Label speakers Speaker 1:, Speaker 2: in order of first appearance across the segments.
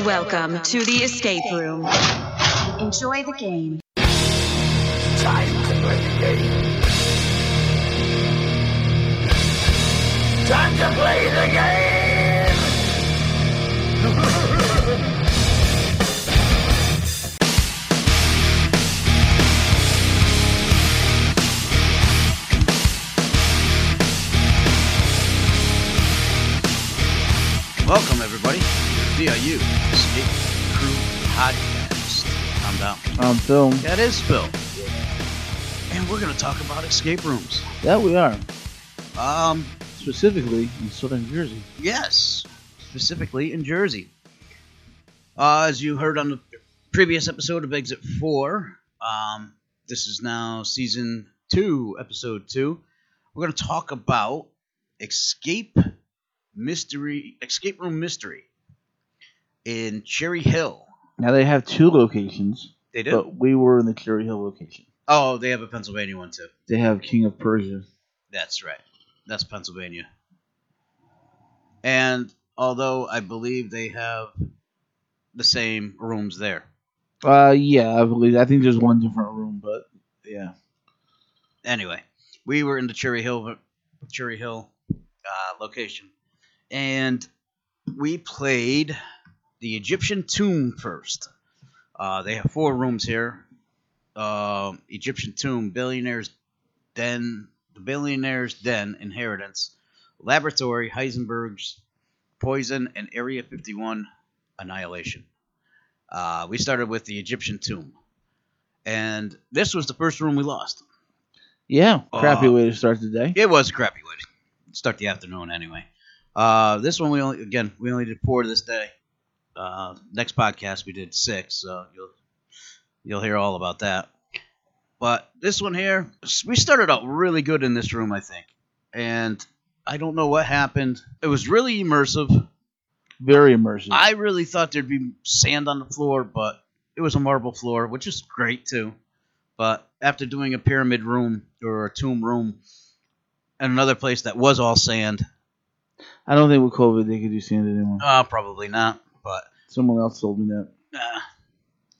Speaker 1: Welcome to the escape room. Enjoy the game.
Speaker 2: Time to play the game. Time to play the game.
Speaker 3: Welcome, everybody, to the DIU Escape Crew Podcast. I'm down.
Speaker 4: on film.
Speaker 3: That is Phil. And we're going to talk about escape rooms.
Speaker 4: Yeah, we are.
Speaker 3: Um,
Speaker 4: Specifically in Southern Jersey.
Speaker 3: yes, specifically in Jersey. Uh, as you heard on the previous episode of Exit 4, um, this is now season 2, episode 2. We're going to talk about escape mystery, escape room mystery in Cherry Hill.
Speaker 4: Now they have two locations,
Speaker 3: They do.
Speaker 4: but we were in the Cherry Hill location.
Speaker 3: Oh, they have a Pennsylvania one too.
Speaker 4: They have King of Persia.
Speaker 3: That's right. That's Pennsylvania. And although I believe they have the same rooms there.
Speaker 4: Uh, yeah, I believe. I think there's one different room, but yeah,
Speaker 3: Anyway, we were in the Cherry Hill, Cherry Hill uh, location, and we played the Egyptian Tomb first. Uh, they have four rooms here: Um Egyptian Tomb, Billionaires Den, the Billionaires Den, Inheritance, Laboratory, Heisenberg's Poison, and Area 51 Annihilation. Uh, we started with the Egyptian Tomb, and this was the first room we lost.
Speaker 4: yeah, crappy
Speaker 3: Uh,
Speaker 4: way to start the day.
Speaker 3: It was a crappy way to start the afternoon, anyway. Uh, this one we only again we only did four this day. Uh, next podcast we did six, so you'll you'll hear all about that. But this one here, s- we started out really good in this room, I think, and I don't know what happened. It was really immersive.
Speaker 4: Very immersive.
Speaker 3: I really thought there'd be sand on the floor, but it was a marble floor, which is great too. But after doing a pyramid room or a tomb room and another place that was all sand,
Speaker 4: I don't think with COVID they could do sand anymore.
Speaker 3: uh, probably not. But
Speaker 4: Someone else told me that.
Speaker 3: uh,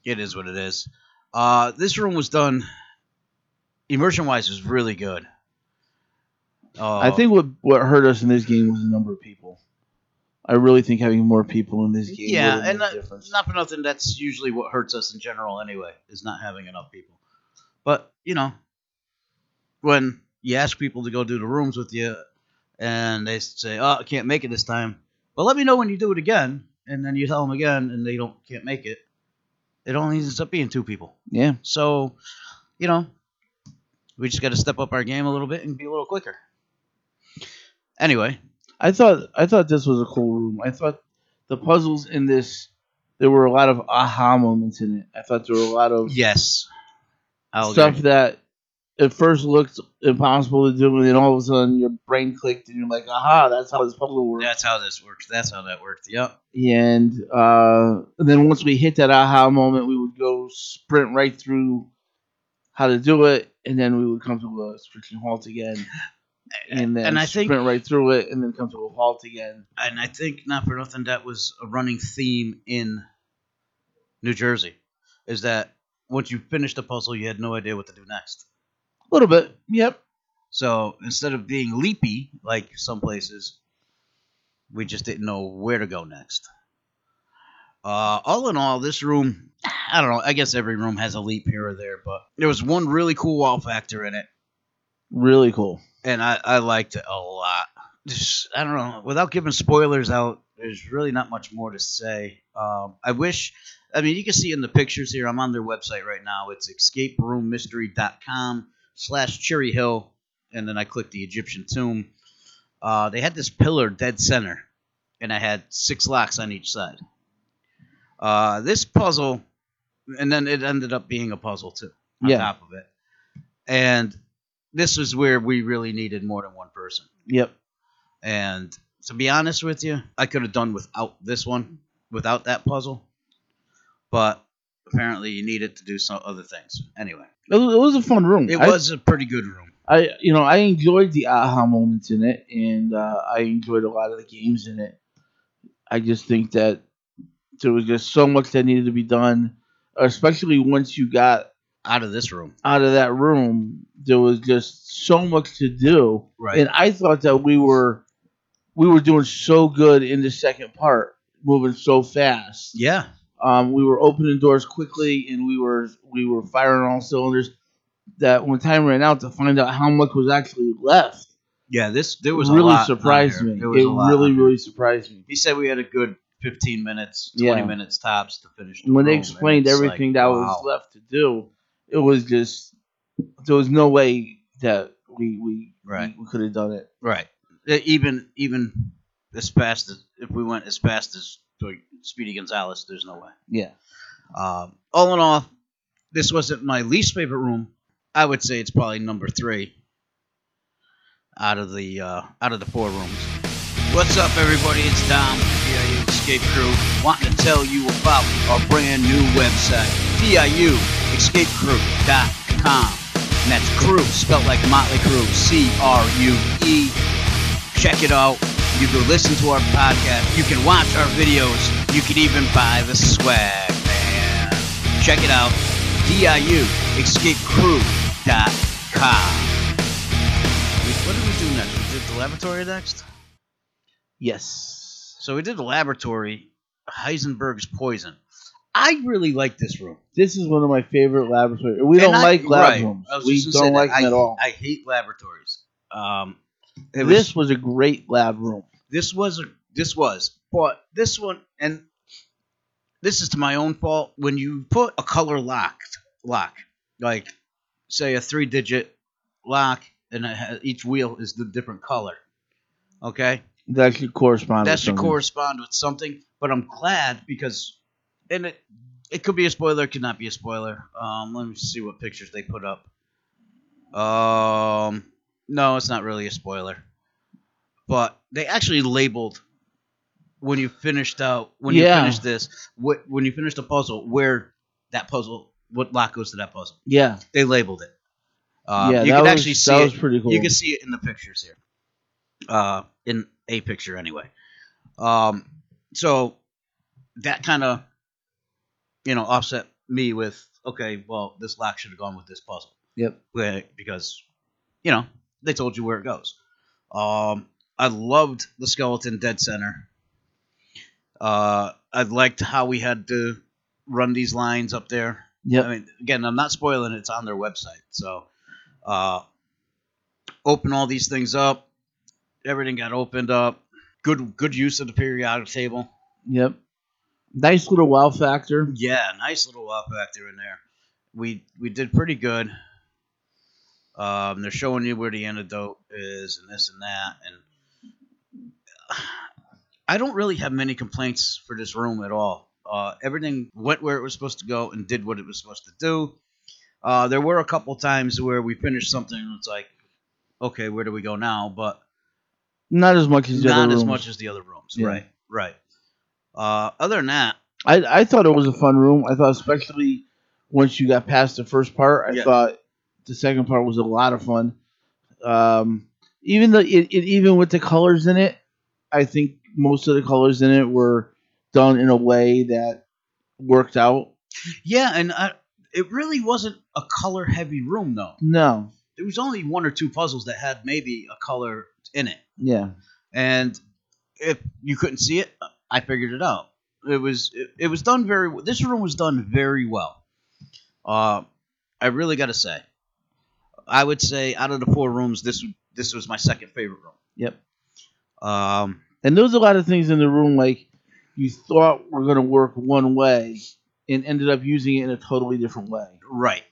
Speaker 3: it is what it is. Uh, this room was done immersion wise was really good. Uh,
Speaker 4: I think what what hurt us in this game was the number of people. I really think having more people in this game
Speaker 3: yeah,
Speaker 4: would have
Speaker 3: and
Speaker 4: made a
Speaker 3: not,
Speaker 4: difference.
Speaker 3: not for nothing. That's usually what hurts us in general, anyway, is not having enough people. But you know, when you ask people to go do the rooms with you, and they say, "Oh, I can't make it this time," but let me know when you do it again, and then you tell them again, and they don't can't make it. It only ends up being two people.
Speaker 4: yeah,
Speaker 3: So, you know, we just got to step up our game a little bit and be a little quicker. Anyway,
Speaker 4: I thought I thought this was a cool room. I thought the puzzles in this there were a lot of aha moments in it. I thought there were a lot of
Speaker 3: yes, I'll
Speaker 4: stuff
Speaker 3: agree.
Speaker 4: that at first looked impossible to do, and then all of a sudden your brain clicked and you're like, aha, that's how this puzzle works.
Speaker 3: That's how this works. That's how that worked. Yep.
Speaker 4: And, uh, and then once we hit that aha moment, we would go sprint right through how to do it, and then we would come to a switching halt again, and then
Speaker 3: and I
Speaker 4: sprint
Speaker 3: think
Speaker 4: right through it, and then come to a halt again.
Speaker 3: and I think not for nothing that was a running theme in New Jersey is that once you finished the puzzle you had no idea what to do next.
Speaker 4: A little bit. Yep.
Speaker 3: So instead of being leapy like some places, we just didn't know where to go next. Uh, all in all, this room, I don't know, I guess every room has a leap here or there, but there was one really cool wall factor in it.
Speaker 4: Really cool.
Speaker 3: and I, I liked it a lot. Just, I don't know. Without giving spoilers out, there's really not much more to say. Um, I wish, I mean, you can see in the pictures here. I'm on their website right now. It's escaperoommystery.com slash Cherry Hill, and then I clicked the Egyptian tomb. Uh, they had this pillar dead center, and I had six locks on each side. Uh, this puzzle, and then it ended up being a puzzle too, on
Speaker 4: Yeah.
Speaker 3: top of it. And this is where we really needed more than one person.
Speaker 4: Yep.
Speaker 3: And to be honest with you, I could have done without this one, without that puzzle. But apparently, you needed to do some other things. Anyway,
Speaker 4: It was, it was a fun room.
Speaker 3: it
Speaker 4: I-
Speaker 3: was a pretty good room.
Speaker 4: I you know I enjoyed the aha moments in it, and uh, I enjoyed a lot of the games in it. I just think that There was just so much that needed to be done, especially once you got
Speaker 3: Out of this room.
Speaker 4: out of that room, there was just so much to do.
Speaker 3: Right.
Speaker 4: And I thought that we were we were doing so good in the second part, moving so fast.
Speaker 3: Yeah.
Speaker 4: Um, we were opening doors quickly, and we were we were firing all cylinders. That when time ran out to find out how much was actually left,
Speaker 3: Yeah. This there was a
Speaker 4: really
Speaker 3: lot on
Speaker 4: surprised
Speaker 3: here.
Speaker 4: me.
Speaker 3: There was
Speaker 4: it
Speaker 3: a lot
Speaker 4: really
Speaker 3: on here.
Speaker 4: really surprised me.
Speaker 3: He said we had a good 15 minutes, 20
Speaker 4: Yeah.
Speaker 3: minutes tops to finish. the
Speaker 4: when they
Speaker 3: room, and
Speaker 4: explained
Speaker 3: Oh, it's like,
Speaker 4: everything that was
Speaker 3: wow.
Speaker 4: left to do, it was just there was no way that we we
Speaker 3: Right.
Speaker 4: we, we could have done it.
Speaker 3: Right. E- Even even as fast as if we went as fast as like, Speedy Gonzalez, there's no way.
Speaker 4: Yeah.
Speaker 3: Um, all in all, this wasn't my least favorite room. I would say it's probably number three out of the uh, out of the four rooms. What's up, everybody? It's Dom, VIU Escape Crew, wanting to tell you about our brand new website, VIU Escape Crew.com. And that's crew spelled like Motley Crew, C R U E. Check it out. You can listen to our podcast. You can watch our videos. You can even buy the swag, man. Check it out. DIU EscapeCrew.com. We- What did we do next? We did the laboratory next?
Speaker 4: Yes.
Speaker 3: So we did the laboratory, Heisenberg's poison. I really like this room.
Speaker 4: This is one of my favorite laboratories. We don't
Speaker 3: And I-
Speaker 4: like lab
Speaker 3: right,
Speaker 4: rooms.
Speaker 3: I was
Speaker 4: We
Speaker 3: just gonna
Speaker 4: don't
Speaker 3: say
Speaker 4: like
Speaker 3: that.
Speaker 4: them
Speaker 3: I-
Speaker 4: at all.
Speaker 3: I hate laboratories. Um, it was-
Speaker 4: this was a great lab room.
Speaker 3: this was a this was but this one and this is to my own fault when you put a color locked lock like say a three digit lock and it ha each wheel is the different color okay
Speaker 4: That should correspond.
Speaker 3: that
Speaker 4: with
Speaker 3: should
Speaker 4: something.
Speaker 3: correspond with something but i'm glad because and it it could be a spoiler it could not be a spoiler um let me see what pictures they put up um no it's not really a spoiler but they actually labeled when you finished out when
Speaker 4: Yeah.
Speaker 3: you finished this what when you finished the puzzle where that puzzle what lock goes to that puzzle
Speaker 4: Yeah.
Speaker 3: they labeled it um,
Speaker 4: yeah.
Speaker 3: you
Speaker 4: that
Speaker 3: can
Speaker 4: was,
Speaker 3: actually see
Speaker 4: that
Speaker 3: it
Speaker 4: was pretty cool.
Speaker 3: you can see it in the pictures here. Uh, in a picture anyway. Um, so that kind of, you know, offset me with okay, well, this lock should have gone with this puzzle.
Speaker 4: Yep.
Speaker 3: Where- Because, you know, they told you where it goes. Um, I loved the skeleton dead center. Uh, I liked how we had to run these lines up there.
Speaker 4: Yep.
Speaker 3: I mean, again, I'm not spoiling. it, It's on their website. So, uh, open all these things up. Everything got opened up. Good, good use of the periodic table.
Speaker 4: yep. Nice little wow factor.
Speaker 3: Yeah, nice little up factor in there. We we did pretty good. Um, they're showing you where the antidote is and this and that, and I don't really have many complaints for this room at all. Uh, everything went where it was supposed to go and did what it was supposed to do. Uh, there were a couple times where we finished something and it's like, okay, where do we go now? But
Speaker 4: Not as much as the
Speaker 3: not
Speaker 4: other
Speaker 3: as
Speaker 4: rooms.
Speaker 3: much as the other rooms.
Speaker 4: Yeah.
Speaker 3: Right, right. Uh, other than that,
Speaker 4: I I thought it was a fun room. I thought especially once you got past the first part, I
Speaker 3: Yeah.
Speaker 4: thought the second part was a lot of fun. Um, even though it, it even with the colors in it, I think most of the colors in it were done in a way that worked out.
Speaker 3: Yeah, and I, it really wasn't a color heavy room though.
Speaker 4: No,
Speaker 3: There was only one or two puzzles that had maybe a color in it,
Speaker 4: yeah,
Speaker 3: and if you couldn't see it, I figured it out. It was it, it was done very. w- This room was done very well. Uh, I really got to say, I would say out of the four rooms, this w- this was my second favorite room.
Speaker 4: yep.
Speaker 3: Um,
Speaker 4: And there was a lot of things in the room like you thought were gonna work one way, and ended up using it in a totally different way.
Speaker 3: Right.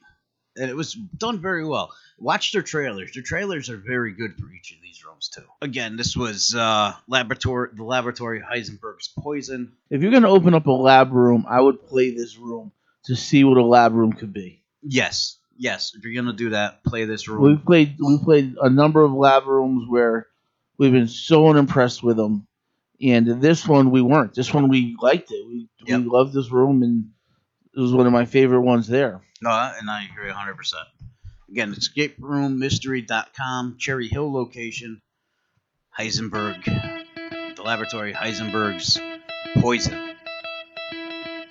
Speaker 3: And it was done very well. Watch their trailers. Their trailers are very good for each of these rooms too. Again, this was uh laboratory the laboratory Heisenberg's poison.
Speaker 4: If you're gonna open up a lab room, I would play this room to see what a lab room could be.
Speaker 3: Yes. Yes, if you're gonna do that, play this
Speaker 4: We
Speaker 3: room.
Speaker 4: played we played a number of lab rooms where we've been so impressed with them, and this one we weren't. This one we liked it. We
Speaker 3: Yep.
Speaker 4: we loved this room, and it was one of my favorite ones there.
Speaker 3: No, and I agree hundred percent. Again, escape room mystery.com, Cherry Hill location, Heisenberg. The laboratory Heisenberg's poison.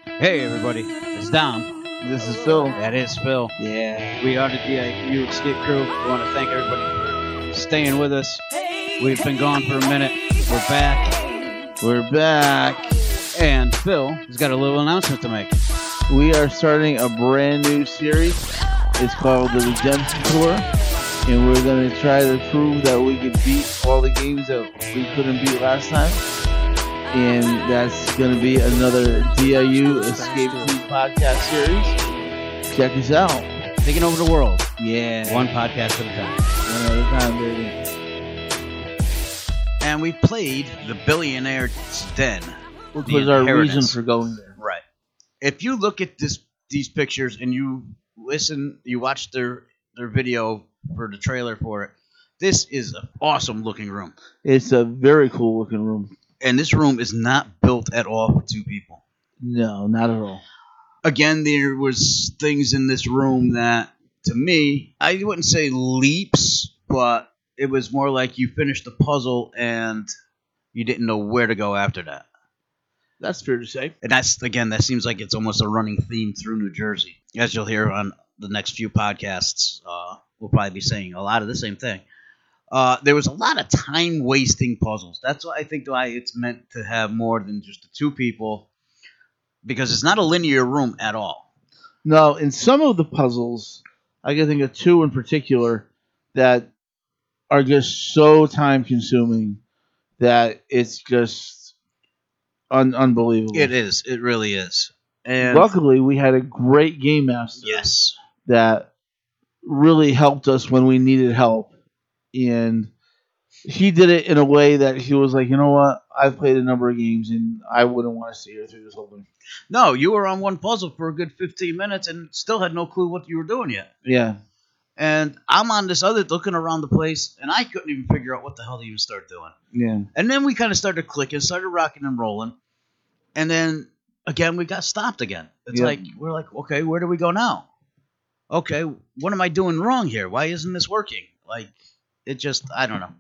Speaker 3: Hey, everybody. It's Dom.
Speaker 4: This is Phil.
Speaker 3: That is Phil.
Speaker 4: Yeah.
Speaker 3: We are the DIU Escape Crew. We want to thank everybody for staying with us. We've been gone for a minute. We're back.
Speaker 4: We're back.
Speaker 3: And Phil has got a little announcement to make.
Speaker 4: We are starting a brand new series. It's called the Redemption Tour. And we're going to try to prove that we can beat all the games that we couldn't beat last time. And that's going to be another DIU Escape Room podcast series. Check us out.
Speaker 3: Taking over the world,
Speaker 4: Yeah.
Speaker 3: one podcast at a time.
Speaker 4: One at a time, baby.
Speaker 3: And we played The Billionaire's Den.
Speaker 4: Which
Speaker 3: The
Speaker 4: was our reason
Speaker 3: inheritance.
Speaker 4: for going there.
Speaker 3: Right. If you look at this these pictures and you listen, you watch their their video for the trailer for it. This is an awesome looking room,
Speaker 4: It's a very cool looking room.
Speaker 3: and this room is not built at all for two people.
Speaker 4: No, not at all.
Speaker 3: Again, there was things in this room that, to me, I wouldn't say leaps, but it was more like you finished the puzzle and you didn't know where to go after that.
Speaker 4: That's fair to say.
Speaker 3: And that's again, that seems like it's almost a running theme through New Jersey, as you'll hear on the next few podcasts. Uh, we'll probably be saying a lot of the same thing. Uh, there was a lot of time wasting puzzles. That's why I think why it's meant to have more than just the two people, because it's not a linear room at all.
Speaker 4: No, in some of the puzzles, I can think of two in particular that are just so time consuming that it's just un- unbelievable.
Speaker 3: It is. It really is. And
Speaker 4: Luckily, we had a great game master
Speaker 3: yes,
Speaker 4: that really helped us when we needed help. And he did it in a way that he was like, you know what? I've played a number of games and I wouldn't want to see her through this whole thing.
Speaker 3: no, you were on one puzzle for a good fifteen minutes and still had no clue what you were doing yet.
Speaker 4: Yeah.
Speaker 3: and I'm on this other looking around the place, and I couldn't even figure out what the hell to even start doing.
Speaker 4: Yeah.
Speaker 3: And then we kind of started clicking, started rocking and rolling, and then again we got stopped again. It's
Speaker 4: Yeah.
Speaker 3: like we're like, okay, where do we go now? Okay, what am I doing wrong here? Why isn't this working? Like, it just I don't know.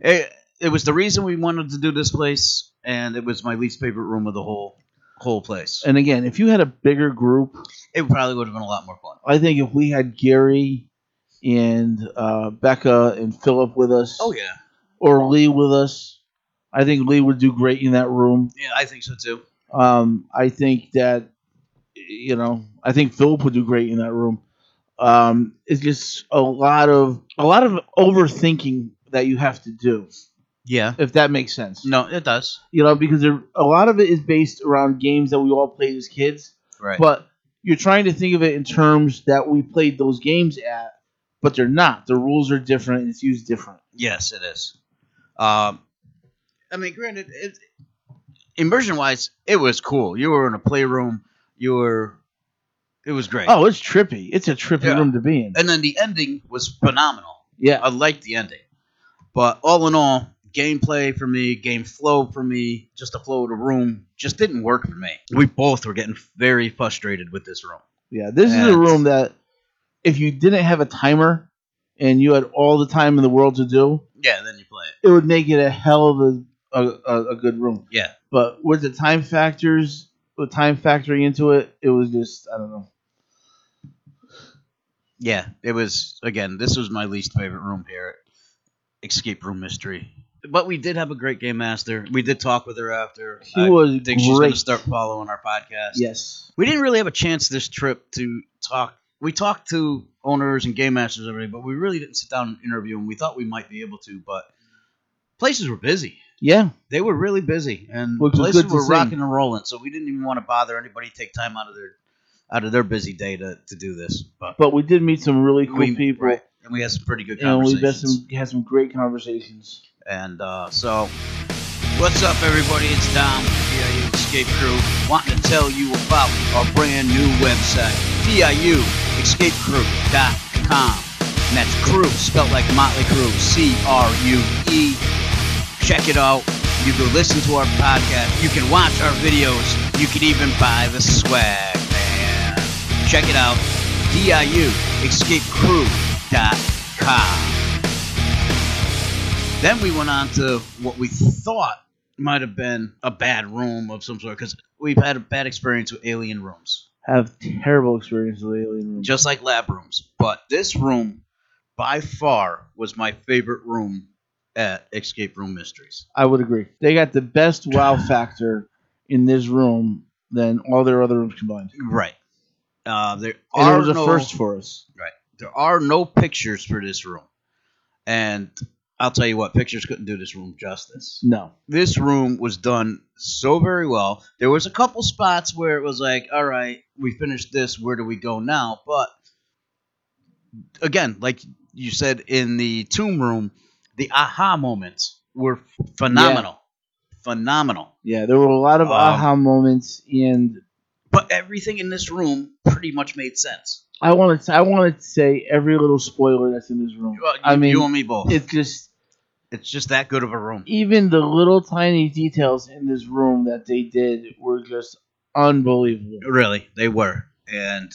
Speaker 3: It it was the reason we wanted to do this place, and it was my least favorite room of the whole whole place.
Speaker 4: And again, if you had a bigger group,
Speaker 3: It probably would have been a lot more fun.
Speaker 4: I think if we had Gary and uh, Becca and Philip with us,
Speaker 3: Oh yeah,
Speaker 4: or Lee with us, I think Lee would do great in that room.
Speaker 3: yeah, I think so too.
Speaker 4: Um, I think that you know, I think Philip would do great in that room. Um, it's just a lot of a lot of overthinking that you have to do,
Speaker 3: Yeah.
Speaker 4: if that makes sense.
Speaker 3: No, it does.
Speaker 4: You know, because there, a lot of it is based around games that we all played as kids.
Speaker 3: Right.
Speaker 4: but you're trying to think of it in terms that we played those games at, but they're not. The rules are different. It's used different.
Speaker 3: Yes, it is. Um, I mean, granted, it, immersion wise, it was cool. You were in a playroom. You were. It was great.
Speaker 4: Oh, it's trippy. It's a trippy
Speaker 3: Yeah.
Speaker 4: room to be in.
Speaker 3: And then the ending was phenomenal.
Speaker 4: Yeah,
Speaker 3: I liked the ending. But all in all, gameplay for me, game flow for me, just the flow of the room just didn't work for me. We both were getting very frustrated with this room.
Speaker 4: yeah. This is a
Speaker 3: And-
Speaker 4: room that if you didn't have a timer and you had all the time in the world to do,
Speaker 3: Yeah, then you play it.
Speaker 4: it would make it a hell of a a, a, a good room.
Speaker 3: Yeah.
Speaker 4: But with the time factors, with time factoring into it, it was just I don't know.
Speaker 3: Yeah, it was again. This was my least favorite room here, at escape room mystery. But we did have a great game master. We did talk with her after.
Speaker 4: He was
Speaker 3: I think she's going
Speaker 4: great.
Speaker 3: to start following our podcast.
Speaker 4: Yes.
Speaker 3: We didn't really have a chance this trip to talk. We talked to owners and game masters and everything, but we really didn't sit down and interview them. We thought we might be able to, but places were busy.
Speaker 4: Yeah.
Speaker 3: They were really busy, and
Speaker 4: Which was
Speaker 3: places
Speaker 4: good to
Speaker 3: were
Speaker 4: see.
Speaker 3: rocking and rolling. So we didn't even want to bother anybody. Take time out of their out of their busy day to, to do this. But
Speaker 4: But we did meet some really cool
Speaker 3: we-
Speaker 4: people.
Speaker 3: right, and we had some pretty good
Speaker 4: and
Speaker 3: conversations.
Speaker 4: we've had some had some great conversations.
Speaker 3: And uh, so, what's up, everybody? It's Dom, DIU Escape Crew, wanting to tell you about our brand new website, DIUEscapeCrew.com. And that's crew spelled like Motley Crew, C R U E. Check it out. You can listen to our podcast. You can watch our videos. You can even buy the swag, man. Check it out. DIUEscapeCrew.com. Then we went on to what we thought might have been a bad room of some sort because we've had a bad experience with alien rooms,
Speaker 4: Have terrible experience with alien rooms.
Speaker 3: just like lab rooms. But this room, by far, was my favorite room at Escape Room Mysteries.
Speaker 4: I would agree. They got the best wow factor in this room than all their other rooms combined.
Speaker 3: Right. Uh, there
Speaker 4: And
Speaker 3: are
Speaker 4: it was a
Speaker 3: no,
Speaker 4: first for us.
Speaker 3: there are no pictures for this room, and I'll tell you what, pictures couldn't do this room justice.
Speaker 4: No.
Speaker 3: this room was done so very well. There was a couple spots where it was like, all right, we finished this. Where do we go now? But again, like you said in the tomb room, the aha moments were phenomenal, phenomenal.
Speaker 4: Yeah, there were a lot of
Speaker 3: Um,
Speaker 4: aha moments, and
Speaker 3: But everything in this room pretty much made sense.
Speaker 4: I want to I want to say every little spoiler that's in this room.
Speaker 3: You,
Speaker 4: I mean,
Speaker 3: you and me both.
Speaker 4: it's just
Speaker 3: it's just that good of a room.
Speaker 4: even the little tiny details in this room that they did were just unbelievable.
Speaker 3: Really, they were, and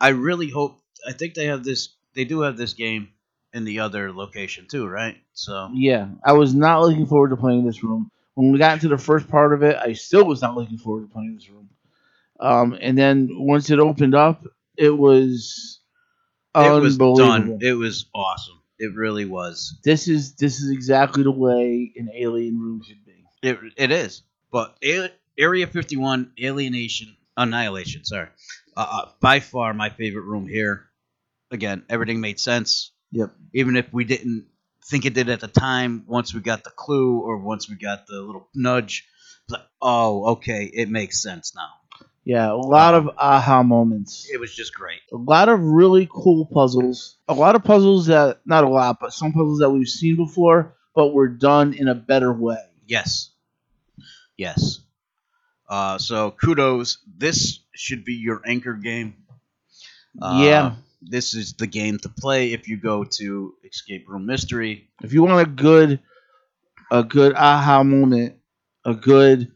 Speaker 3: I really hope. I think they have this. They do have this game in the other location too, right? So
Speaker 4: Yeah, I was not looking forward to playing this room. When we got into the first part of it, I still was not looking forward to playing this room. Um, and then once it opened up, it was
Speaker 3: it was
Speaker 4: unbelievable.
Speaker 3: done. It was awesome. It really was.
Speaker 4: this is this is exactly the way an alien room should be.
Speaker 3: It it is. But A- Area Fifty One, Alienation, Annihilation. Sorry, uh, uh, by far my favorite room here. Again, everything made sense.
Speaker 4: Yep.
Speaker 3: Even if we didn't think it did at the time, once we got the clue or once we got the little nudge, it's like, oh, okay, it makes sense now.
Speaker 4: Yeah, a lot of aha moments.
Speaker 3: It was just great.
Speaker 4: a lot of really cool puzzles. A lot of puzzles that not a lot, but some puzzles that we've seen before, but were done in a better way.
Speaker 3: Yes. Yes. Uh, so kudos. This should be your anchor game. Uh,
Speaker 4: Yeah.
Speaker 3: This is the game to play if you go to Escape Room Mystery.
Speaker 4: If you want a good a good aha moment, a good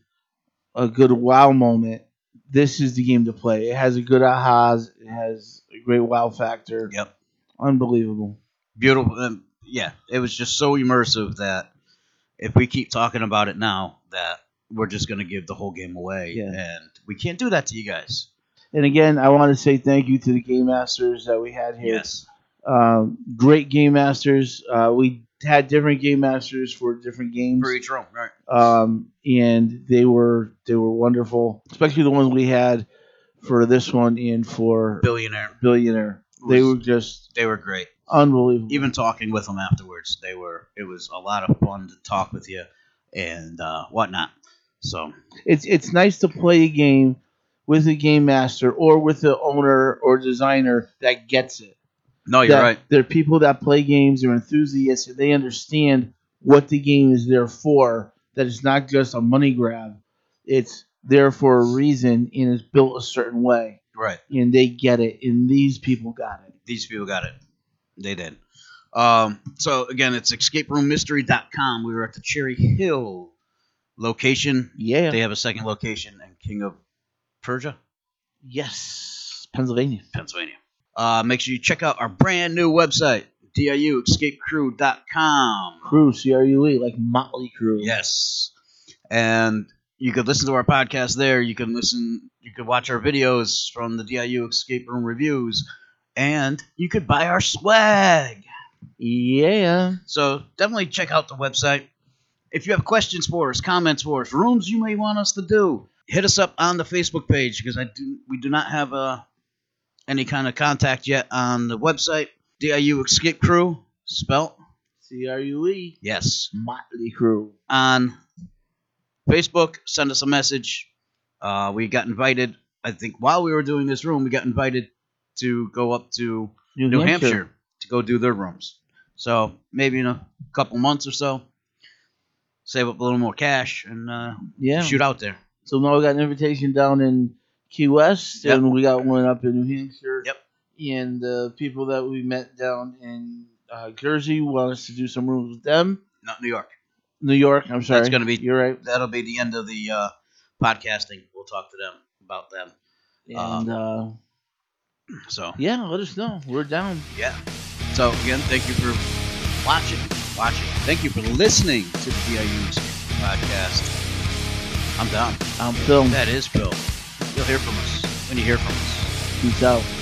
Speaker 4: a good wow moment, this is the game to play. It has a good ahas, it has a great wow factor.
Speaker 3: Yep.
Speaker 4: Unbelievable.
Speaker 3: Beautiful. Um, yeah. It was just so immersive that if we keep talking about it now, that we're just gonna give the whole game away,
Speaker 4: Yeah.
Speaker 3: and we can't do that to you guys.
Speaker 4: And again, I want to say thank you to the game masters that we had here.
Speaker 3: Yes.
Speaker 4: Um, great game masters. Uh, we had different game masters for different games.
Speaker 3: For each room, right?
Speaker 4: um, and they were they were wonderful, especially the ones we had for this one and for
Speaker 3: Billionaire.
Speaker 4: Billionaire. They were just
Speaker 3: They were great.
Speaker 4: unbelievable.
Speaker 3: even talking with them afterwards, they were it was a lot of fun to talk with you and uh, whatnot. So
Speaker 4: It's it's nice to play a game with a game master or with the owner or designer that gets it.
Speaker 3: no, Oh, you're
Speaker 4: That-
Speaker 3: right.
Speaker 4: They're people that play games. They're enthusiasts. And they understand what the game is there for. That it's not just a money grab. It's there for a reason and it's built a certain way.
Speaker 3: Right,
Speaker 4: And they get it. And these people got it.
Speaker 3: these people got it. They did. Um, so again, it's escaperoommystery.com. We were at the Cherry Hill location.
Speaker 4: Yeah.
Speaker 3: They have a second location in King of Persia,
Speaker 4: yes. Pennsylvania.
Speaker 3: Pennsylvania. Uh, make sure you check out our brand new website, diuescapecrew.com.
Speaker 4: Crew, C R U E, like Motley Crew.
Speaker 3: Yes. And you could listen to our podcast there. You can listen, you could watch our videos from the DIU Escape Room reviews, and you could buy our swag.
Speaker 4: Yeah.
Speaker 3: So definitely check out the website. If you have questions for us, comments for us, rooms you may want us to do, hit us up on the Facebook page because I do, we do not have uh, any kind of contact yet on the website. DIU Escape Crew, spelt
Speaker 4: C R U E,
Speaker 3: yes
Speaker 4: Motley Crew.
Speaker 3: on Facebook. Send us a message. Uh, we got invited. I think while we were doing this room, we got invited to go up to New Hampshire, to go do their rooms. So maybe in a couple months or so, save up a little more cash and uh,
Speaker 4: Yeah.
Speaker 3: shoot out there.
Speaker 4: So now we got an invitation down in Key West,
Speaker 3: Yep.
Speaker 4: and we got one up in New Hampshire.
Speaker 3: Yep.
Speaker 4: And the people that we met down in uh, Jersey want us to do some rooms with them.
Speaker 3: Not New York.
Speaker 4: New York, I'm sorry.
Speaker 3: gonna be-
Speaker 4: You're right.
Speaker 3: That'll be the end of the uh, podcasting. We'll talk to them about them.
Speaker 4: And uh,
Speaker 3: So
Speaker 4: yeah, let us know. We're down.
Speaker 3: yeah. So again, thank you for watching. Watching. Thank you for listening to the DIU. podcast. I'm Don.
Speaker 4: I'm Phil.
Speaker 3: That is Bill. You'll hear from us when you hear from us.
Speaker 4: Peace out.